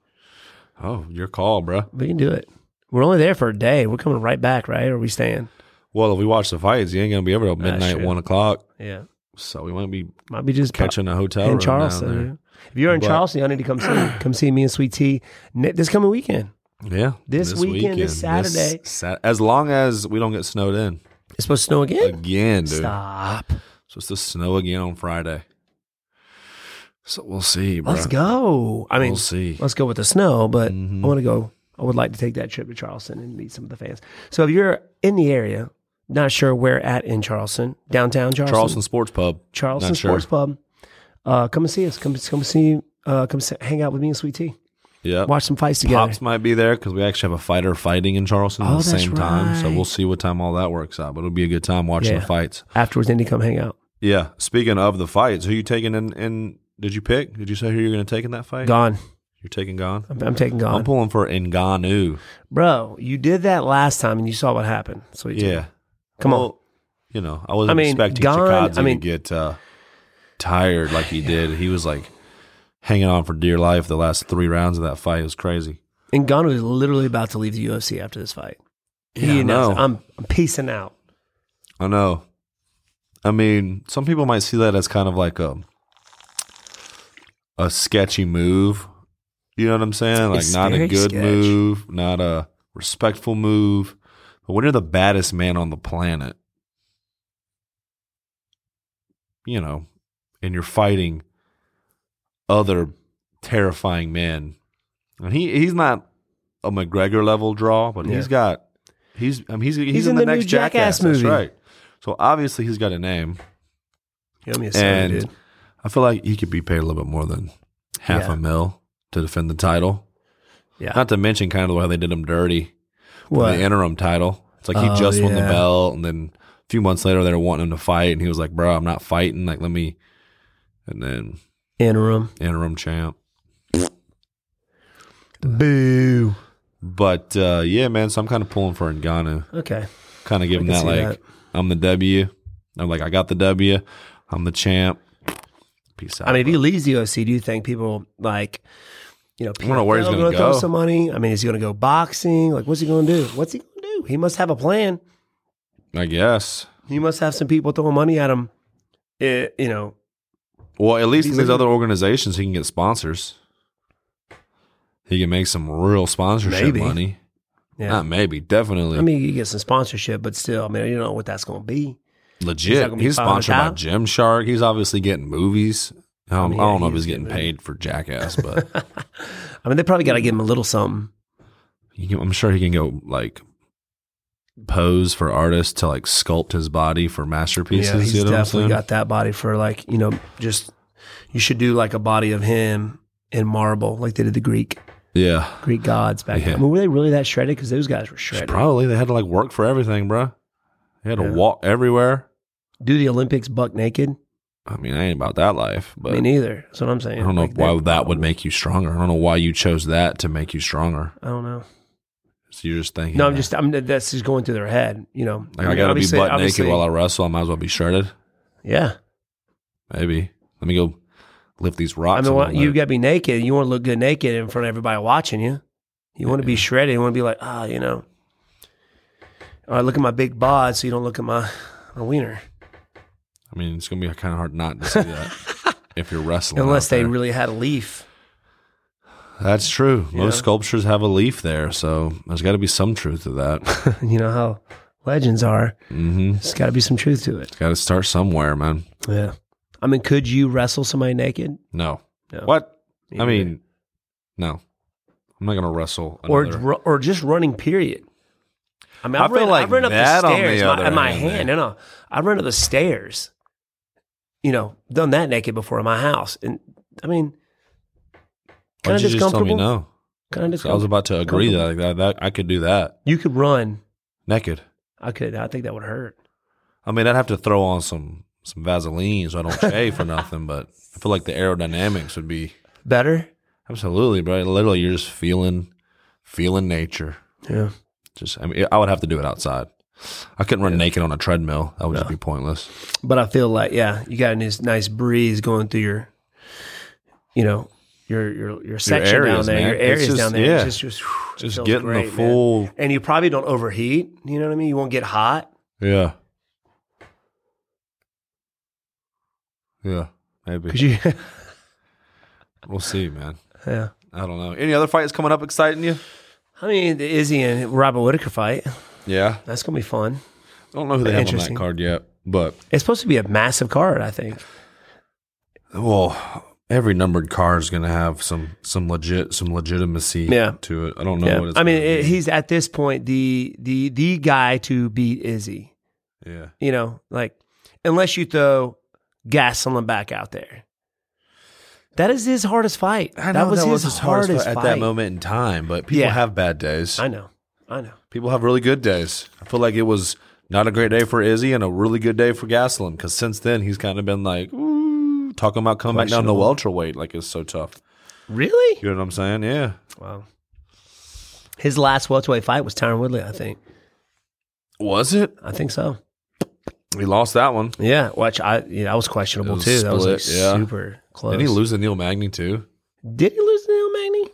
S2: Oh, your call, bro.
S1: we can do it we're only there for a day we're coming right back right or are we staying
S2: Well, if we watch the fights, you ain't gonna be over till
S1: That's
S2: midnight,
S1: true.
S2: one o'clock.
S1: yeah
S2: So we might be
S1: might be just
S2: catching a hotel
S1: in
S2: room down
S1: charleston
S2: there.
S1: yeah. If you're in
S2: But-
S1: Charleston, y'all need to come see come see me and Sweet Tea ne- this coming weekend.
S2: Yeah.
S1: This weekend, this Saturday.
S2: Sa- as long as we don't get snowed in
S1: It's supposed to snow again.
S2: again, dude.
S1: Stop.
S2: So it's the snow again on Friday. So we'll see, bro.
S1: Let's go. I mean,
S2: we'll see.
S1: let's go with the snow, but
S2: Mm-hmm.
S1: I want to go. I would like to take that trip to Charleston and meet some of the fans. So if you're in the area, not sure where at in Charleston, downtown Charleston,
S2: Charleston Sports Pub.
S1: Charleston
S2: Not sure.
S1: Sports Pub, uh, come and see us. Come, come see, uh, come sit, hang out with me and Sweet Tea.
S2: Yeah.
S1: Watch some fights together.
S2: Pops might be there because we actually have a fighter fighting in
S1: Oh,
S2: Charleston at the
S1: that's
S2: same time. So
S1: right.
S2: we'll see what time all that works out. But it'll be a good time watching
S1: Yeah.
S2: the fights.
S1: Afterwards, then you come hang out.
S2: Yeah. Speaking of the fights, who you taking in? in did you pick? Did you say who you're going to take in that fight?
S1: Gone.
S2: You're taking Gone.
S1: I'm, I'm taking
S2: I'm
S1: gone,
S2: pulling for Nganu.
S1: bro. You did that last time, and you saw what happened. Sweet Tea.
S2: Yeah.
S1: Come on.
S2: Well, You know, I wasn't
S1: I mean,
S2: expecting
S1: Gone-
S2: Chikadze
S1: I mean-
S2: to get uh, tired like he did. He was like hanging on for dear life the last three rounds of that fight. It was crazy.
S1: And Ngannou is literally about to leave the UFC after this fight.
S2: Yeah, I
S1: he announced,
S2: know.
S1: I'm, I'm peacing out.
S2: I know. I mean, some people might see that as kind of like a a sketchy move. You know what I'm saying? Like
S1: It's
S2: not a
S1: very
S2: good
S1: sketch.
S2: move, not a respectful move. But when you're the baddest man on the planet, you know, and you're fighting other terrifying men. And he he's not a McGregor level draw, but he's
S1: Yeah.
S2: got he's I mean, he's he's,
S1: He's
S2: in,
S1: in
S2: the,
S1: the new
S2: next Jackass,
S1: Jackass movie.
S2: That's right. So obviously he's got a name,
S1: You know me a
S2: and
S1: dude.
S2: I feel like he could be paid a little bit more than half
S1: Yeah.
S2: a mil to defend the title.
S1: Yeah.
S2: Not to mention kind of how they did him dirty for
S1: What?
S2: the interim title. It's like he
S1: Oh,
S2: just won the
S1: yeah.
S2: belt, and then a few months later they were wanting him to fight, and he was like, "Bro, I'm not fighting. Like, let me." And then
S1: Interim.
S2: interim champ.
S1: Boo.
S2: But uh, yeah, man. So I'm kind of pulling for Ngannou.
S1: Okay.
S2: kind of give him
S1: can
S2: that
S1: see
S2: like
S1: that.
S2: I'm the W. I'm like I got the W. I'm the champ. Peace out.
S1: I mean, if he leaves the UFC, do you think people like, you know,
S2: don't know where he's
S1: PFL
S2: gonna
S1: gonna throw
S2: go.
S1: some money? I mean, is he going to go boxing? Like, what's he going to do? What's he going to do? He must have a plan.
S2: I guess.
S1: He must have some people throwing money at him. Eh, you know,
S2: Well, at least in
S1: He's
S2: these
S1: like-
S2: other organizations, he can get sponsors. He can make some real sponsorship
S1: Maybe.
S2: money.
S1: Yeah.
S2: Not maybe, definitely.
S1: I mean, you get some sponsorship, but still, I mean, you don't know what that's going to be. he's not
S2: Legit.
S1: gonna
S2: He's,
S1: be
S2: sponsored by
S1: found
S2: Gymshark. He's obviously getting movies. I don't,
S1: mean,
S2: I
S1: yeah,
S2: don't know if
S1: he's
S2: he's getting
S1: getting
S2: paid for Jackass, but
S1: I mean, they probably got to give him a little something.
S2: he can- I'm sure he can go like pose for artists to like sculpt his body for masterpieces.
S1: yeah, he's
S2: you know what I'm
S1: definitely
S2: saying?
S1: got that body for like you know, just you should do like a body of him in marble, like they did the Greek
S2: yeah.
S1: Greek gods back
S2: Yeah.
S1: then. I mean, were they really that shredded? Because those guys were shredded.
S2: Probably they had to like work for everything, bruh. They had to
S1: Yeah.
S2: walk everywhere.
S1: do the Olympics buck naked?
S2: I mean, I ain't about that life, but
S1: Me neither. That's what I'm saying.
S2: I don't know
S1: Like,
S2: why
S1: they-
S2: that would make you stronger. I don't know why you chose that to make you stronger.
S1: I don't know.
S2: So you're just thinking,
S1: No, I'm just. I'm. That's just going through their head. You know.
S2: like I gotta be
S1: Obviously-
S2: butt
S1: obviously-
S2: naked while I wrestle. I might as well be shredded.
S1: Yeah.
S2: Maybe let me go lift these rocks.
S1: I
S2: a
S1: mean, why,
S2: little
S1: you
S2: bit.
S1: got to be naked. You want to look good naked in front of everybody watching you. You want to be shredded. You want to be like, ah, you know. All right, look at my big bod, so you don't look at my, my wiener.
S2: I mean, it's gonna be kind of hard not to see that if you're wrestling.
S1: Unless
S2: out
S1: they
S2: there.
S1: really had a leaf.
S2: That's true.
S1: know?
S2: Most sculptures have a leaf there, so there's got to be some truth to that.
S1: you know how legends are.
S2: mm-hmm.
S1: There's got to be some truth to it.
S2: Got to start somewhere, man.
S1: Yeah. I mean, could you wrestle somebody naked?
S2: No.
S1: No.
S2: What? I mean, no. I'm not gonna wrestle.
S1: or
S2: another-
S1: dr- or just running period. I mean,
S2: I
S1: I've
S2: feel
S1: run,
S2: like
S1: I've run up the
S2: that on the
S1: stairs my-
S2: other
S1: in my
S2: hand,
S1: hand. No, no, I've run up the stairs. You know, done that naked before in my house, and I mean, kind
S2: Why'd
S1: of
S2: you just tell me
S1: discomfortable.
S2: no?
S1: Kind of
S2: So I was
S1: discomfortable.
S2: about to agree that, like, that that I could do that
S1: You could run.
S2: naked.
S1: I could. I think that would hurt.
S2: I mean, I'd have to throw on some some Vaseline so I don't chafe or nothing. But I feel like the aerodynamics would be
S1: Better.
S2: absolutely, bro. Literally, you're just feeling feeling nature.
S1: Yeah.
S2: Just, I mean, I would have to do it outside. I couldn't run naked on a treadmill. That would just be pointless.
S1: But I feel like yeah, you got a nice, nice breeze going through your, you know, your your your section down
S2: areas,
S1: there,
S2: man.
S1: your
S2: It's
S1: areas
S2: just-
S1: down there.
S2: yeah.
S1: It's just just, it
S2: Just
S1: feels
S2: getting
S1: great,
S2: the
S1: man.
S2: full,
S1: and you probably don't overheat. You know what I mean? You won't get hot.
S2: yeah, yeah, maybe.
S1: Cause you,
S2: We'll see, man.
S1: Yeah.
S2: I don't know. Any other fights coming up exciting you?
S1: I mean, the Izzy and Robert Whitaker fight.
S2: Yeah.
S1: That's going to be fun.
S2: I don't know who they have on that
S1: Interesting.
S2: card yet, but
S1: It's supposed to be a massive card, I think.
S2: well, every numbered card is going to have some some legit some legitimacy
S1: Yeah.
S2: to it. I don't know what
S1: Yeah.
S2: it's
S1: I mean,
S2: gonna
S1: it,
S2: be.
S1: he's at this point the the the guy to beat Izzy.
S2: yeah.
S1: You know, like unless you throw Gastelum back out there. That is his hardest fight.
S2: I
S1: that
S2: know
S1: was his
S2: hardest
S1: hardest
S2: fight
S1: fight.
S2: at that moment in time, but people
S1: Yeah.
S2: have bad days.
S1: I know. I know.
S2: people have really good days. I feel like it was not a great day for Izzy and a really good day for Gaslam because since then he's kind of been like Ooh, talking about coming back down to
S1: Questionable.
S2: welterweight, like it's so tough.
S1: Really?
S2: You know what I'm saying? Yeah.
S1: Wow. His last welterweight fight was Tyron Woodley, I think.
S2: Was it?
S1: I think so.
S2: He lost that one.
S1: Yeah, which I yeah, that was questionable
S2: It was
S1: too. that was like
S2: split, yeah.
S1: super close.
S2: Did he lose to Neil Magny too,
S1: Did he lose to Neil Magny?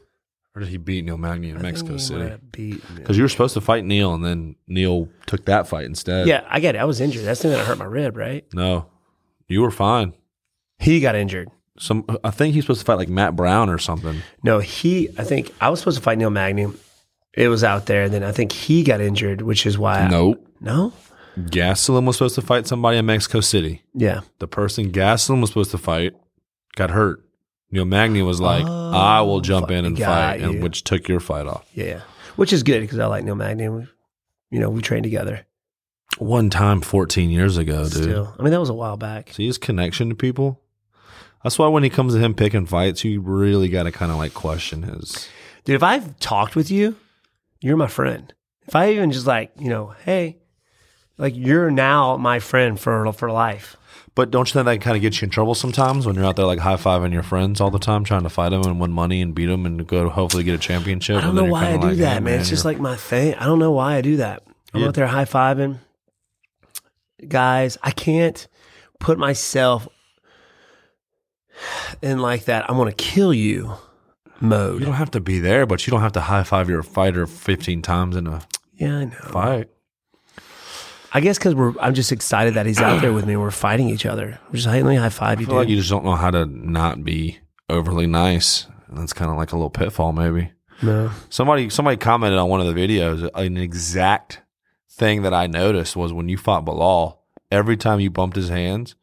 S2: or did he beat Neil Magny in Mexico City? Because
S1: City.
S2: you were supposed to fight Neil, and then Neil took that fight instead.
S1: Yeah, I get it. I was injured. That's the thing that hurt my rib, right?
S2: No, you were fine.
S1: He got injured.
S2: Some, I think he's supposed to fight like Matt Brown or something.
S1: No, he. I think I was supposed to fight Neil Magny. It was out there, and then I think he got injured, which is why. I-
S2: Nope.
S1: no.
S2: Gastelum was supposed to fight somebody in Mexico City.
S1: Yeah.
S2: the person Gaslam was supposed to fight got hurt. Neil Magny was like, I will jump in and
S1: got
S2: fight, and
S1: you.
S2: which took your fight off.
S1: Yeah. yeah. Which is good because I like Neil Magny. and We, you know, we trained together.
S2: One time 14 years ago, dude.
S1: Still, I mean, that was a while back.
S2: See his connection to people? That's why when he comes to him picking fights, you really got to kind of like question his.
S1: dude. If I've talked with you, you're my friend. If I even just like you know, hey, like you're now my friend for for life.
S2: But don't you think that kind of gets you in trouble sometimes when you're out there like high fiving your friends all the time, trying to fight them and win money and beat them and go hopefully get a championship?
S1: I don't
S2: and then
S1: know
S2: you're
S1: why I
S2: kinda
S1: do
S2: like,
S1: that,
S2: "Hey,
S1: man. It's just
S2: you're-
S1: like my thing. I don't know why I do that. I'm
S2: Yeah.
S1: out there high fiving guys. I can't put myself in like that. I'm gonna kill you
S2: you
S1: mode.
S2: don't have to be there, but you don't have to high five your fighter 15 times in a
S1: Yeah, I know.
S2: fight.
S1: I guess because we're. I'm just excited that he's out there with me. We're fighting each other. We're just let me high five you,
S2: I feel like
S1: dude.
S2: you just don't know how to not be overly nice. And that's kind of like a little pitfall, maybe.
S1: No.
S2: Somebody somebody commented on one of the videos. An exact thing that I noticed was when you fought Bilal, every time you bumped his hands,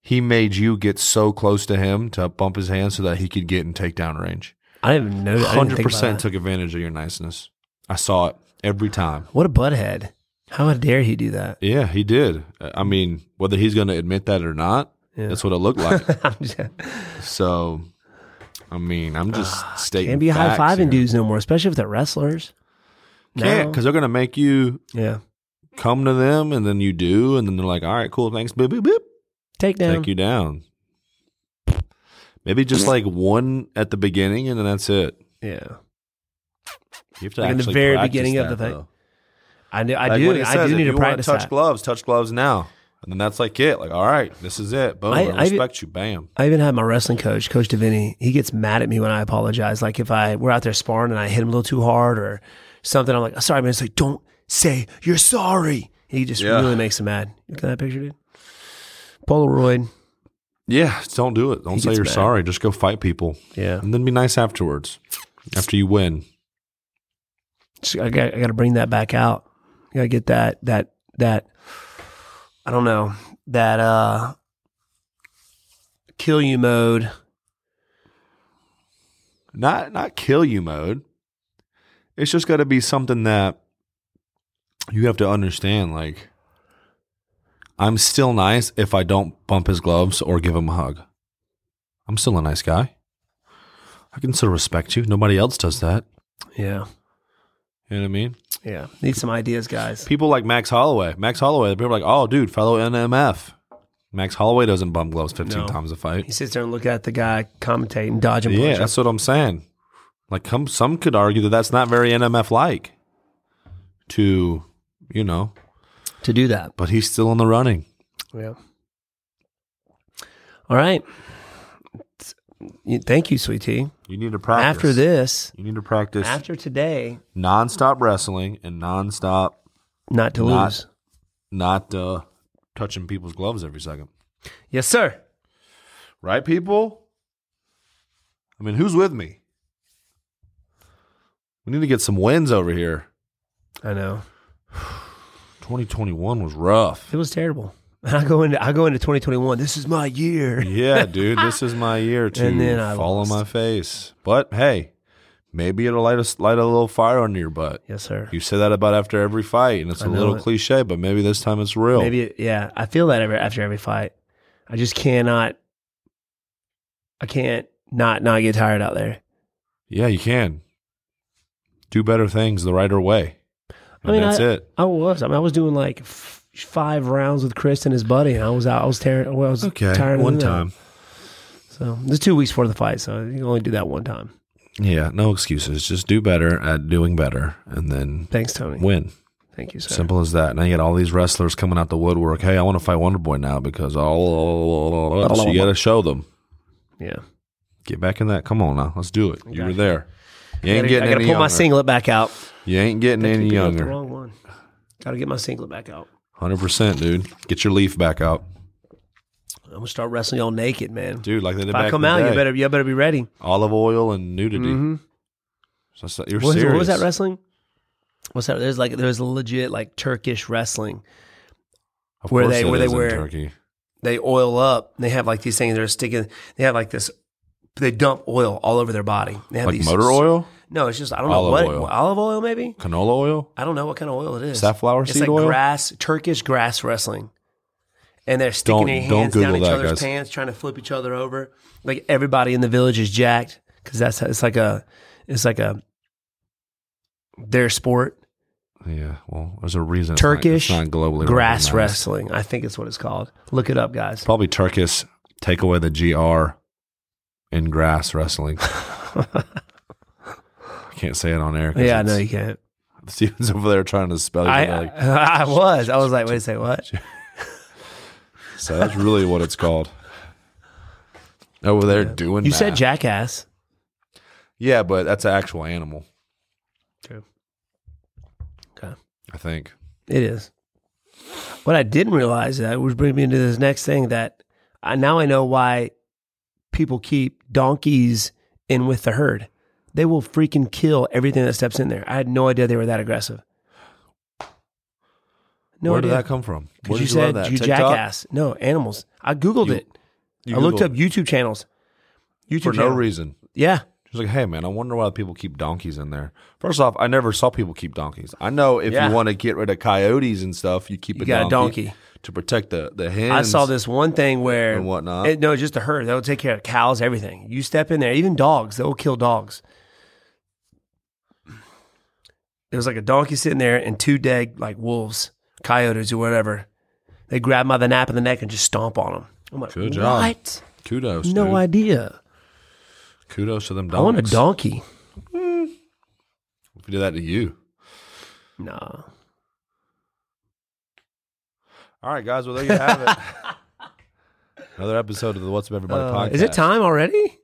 S2: he made you get so close to him to bump his hands so that he could get in takedown range.
S1: I didn't even know. I didn't
S2: Hundred
S1: think about
S2: percent
S1: that.
S2: took advantage of your niceness. I saw it every time.
S1: What a butthead. How dare he do that?
S2: Yeah, he did. I mean, whether he's going to admit that or not,
S1: Yeah.
S2: that's what it looked like.
S1: I'm just-
S2: So, I mean, I'm just
S1: Ah,
S2: stating.
S1: can't be high
S2: facts
S1: fiving
S2: here.
S1: dudes no more, especially if they're wrestlers.
S2: Can't
S1: No.
S2: because they're gonna make you
S1: Yeah.
S2: come to them, and then you do, and then they're like, "All right, cool, thanks." Boop, boop, boop.
S1: Take down.
S2: Take you down. Maybe just like one at the beginning, and then that's it.
S1: Yeah.
S2: You have to
S1: Like in the
S2: actually
S1: very
S2: practice
S1: beginning of
S2: that,
S1: the thing.
S2: though.
S1: I do. I
S2: Like when
S1: do.
S2: he
S1: I
S2: says,
S1: do
S2: "If
S1: need
S2: you
S1: to
S2: wanna
S1: practice
S2: Touch
S1: that.
S2: gloves. Touch gloves now, and then that's like it. Like, all right, this is it. Boom. I,
S1: I- I-
S2: respect you. Bam.
S1: I even had my wrestling coach, Coach Davini. He gets mad at me when I apologize. Like if I we're out there sparring and I hit him a little too hard or something, I'm like, sorry, man. It's like, don't say you're sorry. He just
S2: Yeah.
S1: really makes him mad. Look at that picture, dude. Polaroid.
S2: Yeah, just don't do it. Don't
S1: He
S2: say
S1: gets
S2: you're
S1: mad.
S2: sorry. Just go fight people,
S1: Yeah.
S2: and then be nice afterwards. After you win,
S1: So I got I got to bring that back out. I got to get that that that I don't know that uh kill you mode.
S2: not not kill you mode. It's just got to be something that you have to understand. Like, I'm still nice if I don't bump his gloves or give him a hug. I'm still a nice guy. I can still respect you. Nobody else does that.
S1: Yeah,
S2: You know what I mean?
S1: yeah. Need some ideas, guys.
S2: People like Max Holloway. Max Holloway. People are like, oh, dude, fellow NMF. Max Holloway doesn't bump gloves 15
S1: No.
S2: times a fight.
S1: He sits there and look at the guy commentating, dodging
S2: Yeah,
S1: punches.
S2: that's what I'm saying. Like, come, some could argue that that's not very NMF like. To, you know,
S1: to do that.
S2: but he's still in the running.
S1: Yeah. All right. You- Thank you, sweet tea.
S2: You need to practice
S1: After this,
S2: You need to practice
S1: after today,
S2: nonstop wrestling and nonstop
S1: not to
S2: Not-
S1: lose.
S2: not uh, touching people's gloves every second.
S1: Yes, sir.
S2: Right, people? I mean, who's with me? We need to get some wins over here.
S1: I know
S2: 2021 was rough.
S1: it was terrible. I go into I go into 2021. This is my year.
S2: Yeah, dude, this is my year to
S1: And then I
S2: fall on
S1: lost.
S2: my face. But hey, maybe it'll light a light a little fire under your butt.
S1: Yes, sir.
S2: You say that about after every fight, and it's a
S1: know
S2: little
S1: it.
S2: cliche, but maybe this time it's real.
S1: Maybe it- yeah. I feel that every, after every fight. I just cannot. I can't not not get tired out there.
S2: Yeah, you can do better things the righter way.
S1: I
S2: And
S1: mean,
S2: that's it.
S1: I was. I mean, I was doing like f- five rounds with Chris and his buddy, and I was out. I was tired. Well, I was tired of doing
S2: one
S1: that.
S2: time.
S1: So there's two weeks before the fight, so you can only do that one time.
S2: Yeah, no excuses. Just do better at doing better, and then
S1: Thanks, Tony.
S2: win.
S1: Thank you, sir.
S2: Simple as that. Now you got all these wrestlers coming out the woodwork. Hey, I want to fight Wonder Boy now because all so you got to show them.
S1: Yeah.
S2: Get back in that. Come on now, let's do it. You were there. You
S1: I
S2: ain't
S1: gotta,
S2: getting
S1: I gotta
S2: any
S1: pull my
S2: younger.
S1: singlet back out.
S2: You ain't getting any
S1: Keep it up, The
S2: younger.
S1: wrong one. Gotta get my singlet back out.
S2: Hundred percent, dude. Get your leaf back out,
S1: I'm gonna start wrestling all naked, man.
S2: dude. Like they did
S1: if
S2: back
S1: I come
S2: in the
S1: out, you
S2: day.
S1: better you better be ready.
S2: olive oil and nudity.
S1: Mhm.
S2: So that's- you're
S1: What was,
S2: serious.
S1: what was that wrestling? What's that? There's like there's legit like Turkish wrestling.
S2: Of
S1: Where
S2: course
S1: they-
S2: it
S1: where they
S2: is in
S1: were-
S2: Turkey.
S1: They oil up. and They have like these things that are sticking. They have like this. They dump oil all over their body. They have
S2: like
S1: these,
S2: motor oil,
S1: No, it's just I don't
S2: Olive
S1: know what
S2: oil.
S1: olive oil maybe.
S2: canola oil,
S1: I don't know what kind of oil it is.
S2: safflower
S1: It's
S2: seed
S1: like
S2: oil.
S1: grass, Turkish grass wrestling. And they're sticking
S2: Don't-
S1: their
S2: don't
S1: hands down
S2: Google
S1: each
S2: that,
S1: other's
S2: guys.
S1: pants, trying to flip each other over. Like everybody in the village is jacked because that's how, it's like a it's like a their sport.
S2: yeah, well, there's a reason.
S1: Turkish
S2: it's not, it's not globally
S1: grass
S2: recognized.
S1: wrestling, I think it's what it's called. Look it up, guys.
S2: Probably Turkish. Take away the gr in grass wrestling. I can't say it on air. 'cause
S1: yeah, no,
S2: it's-
S1: you can't.
S2: Steven's over there trying to spell. it.
S1: I,
S2: like,
S1: I was I was like, wait a second, what?
S2: so that's really what it's called. Over there doing.
S1: You said
S2: math.
S1: jackass.
S2: Yeah, but that's an actual animal.
S1: True. Okay.
S2: I think.
S1: It is. What I didn't realize that was bringing me into this next thing that I, now I know why people keep donkeys in with the herd. They will freaking kill everything that steps in there. I had no idea they were that aggressive. No
S2: Where
S1: idea.
S2: did that come from? Where
S1: Because you
S2: did learn
S1: said
S2: that?
S1: you
S2: TikTok?
S1: jackass. No animals. I googled
S2: You-
S1: it.
S2: You
S1: I looked
S2: Googled
S1: up YouTube channels. YouTube
S2: for no
S1: channel.
S2: reason.
S1: Yeah,
S2: She's like, hey, man, I wonder why people keep donkeys in there. First off, I never saw people keep donkeys. I know if
S1: Yeah.
S2: you want to get rid of coyotes and stuff, you keep
S1: you
S2: a,
S1: got
S2: donkey
S1: a donkey.
S2: to protect the, the hens.
S1: I saw this one thing where
S2: and whatnot.
S1: It- no, just the herd. They'll take care of cows, everything. You step in there, even dogs. They'll kill dogs. There was like a donkey sitting there and two dead like wolves, coyotes or whatever. They grab 'em by the nap of the neck and just stomp on them. I'm like,
S2: Good job.
S1: What?
S2: Kudos.
S1: No
S2: dude.
S1: idea.
S2: Kudos to them
S1: I want a
S2: donkeys.
S1: donkey.
S2: If we do that to you.
S1: No.
S2: All right, guys. Well, there you have it. Another episode of the What's Up Everybody
S1: Uh,
S2: podcast.
S1: is it time already?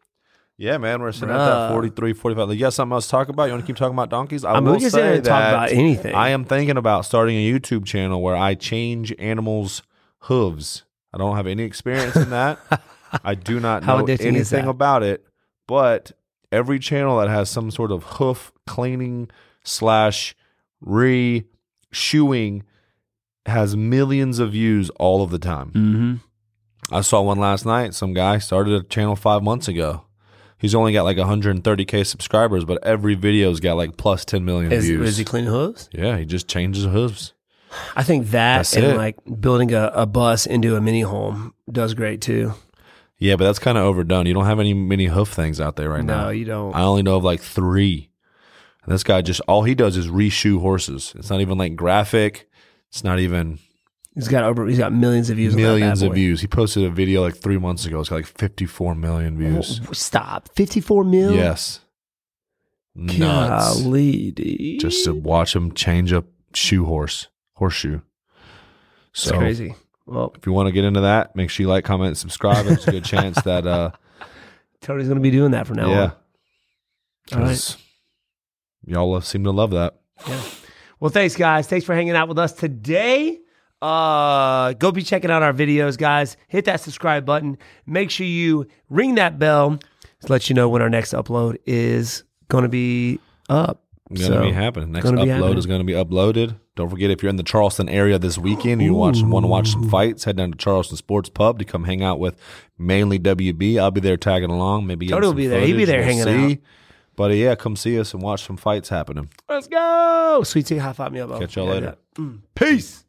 S2: Yeah, man. We're sitting at that
S1: Bruh.
S2: 43, 45. You got something else to talk about? You want to keep talking about donkeys? I
S1: I mean,
S2: will
S1: we can sit
S2: say
S1: here and talk
S2: that
S1: about anything.
S2: I am thinking about starting a YouTube channel where I change animals' hooves. I don't have any experience in that. I do not
S1: How
S2: know
S1: addicting is
S2: anything
S1: that?
S2: about it. But every channel that has some sort of hoof cleaning slash re shoeing has millions of views all of the time.
S1: mm-hmm.
S2: I saw one last night. Some guy started a channel five months ago. He's only got like 130k subscribers, but every video's got like plus 10 million
S1: Is,
S2: views.
S1: is he cleaning hooves?
S2: yeah, he just changes hooves.
S1: I think that
S2: That's
S1: and
S2: it.
S1: like building a, a bus into a mini home does great too.
S2: Yeah, but that's kind of overdone. You don't have any many hoof things out there right
S1: no,
S2: now. Uh,
S1: you don't.
S2: I only know of like three. And this guy just all he does is reshoe horses. It's not even like graphic. It's not even
S1: He's got over. He's got millions of views.
S2: millions
S1: on that bad
S2: of
S1: boy.
S2: views. He posted a video like three months ago. It's got like 54 million views.
S1: W- Stop. Fifty-four mil.
S2: Yes, nuts.
S1: Golly, dude.
S2: just to watch him change up shoe horse horseshoe.
S1: It's
S2: So
S1: crazy. Well,
S2: if you want to get into that, make sure you like, comment, and subscribe. There's a good chance that uh
S1: Tony's gonna be doing that from now
S2: yeah,
S1: on. All right.
S2: 'Cause y'all love- seem to love that.
S1: Well, thanks, guys. Thanks for hanging out with us today. Uh, go be checking out our videos, guys. Hit that subscribe button. Make sure you ring that bell to let you know when our next upload is going to be up.
S2: It's
S1: So,
S2: gonna be happening. Next
S1: gonna be
S2: upload
S1: happening.
S2: is gonna be uploaded. Don't forget if you're in the Charleston area this weekend, you watch want to watch some fights, head down to Charleston Sports Pub to come hang out with mainly WB. I'll be there tagging along. Maybe getting
S1: Tony will
S2: some
S1: be there. He'll be
S2: footage.
S1: there hanging out.
S2: But uh, yeah, come see us and watch some fights happening.
S1: Let's go. Sweet tea, high five me up.
S2: Catch y'all
S1: Yeah,
S2: later.
S1: yeah. Mm.
S2: Peace.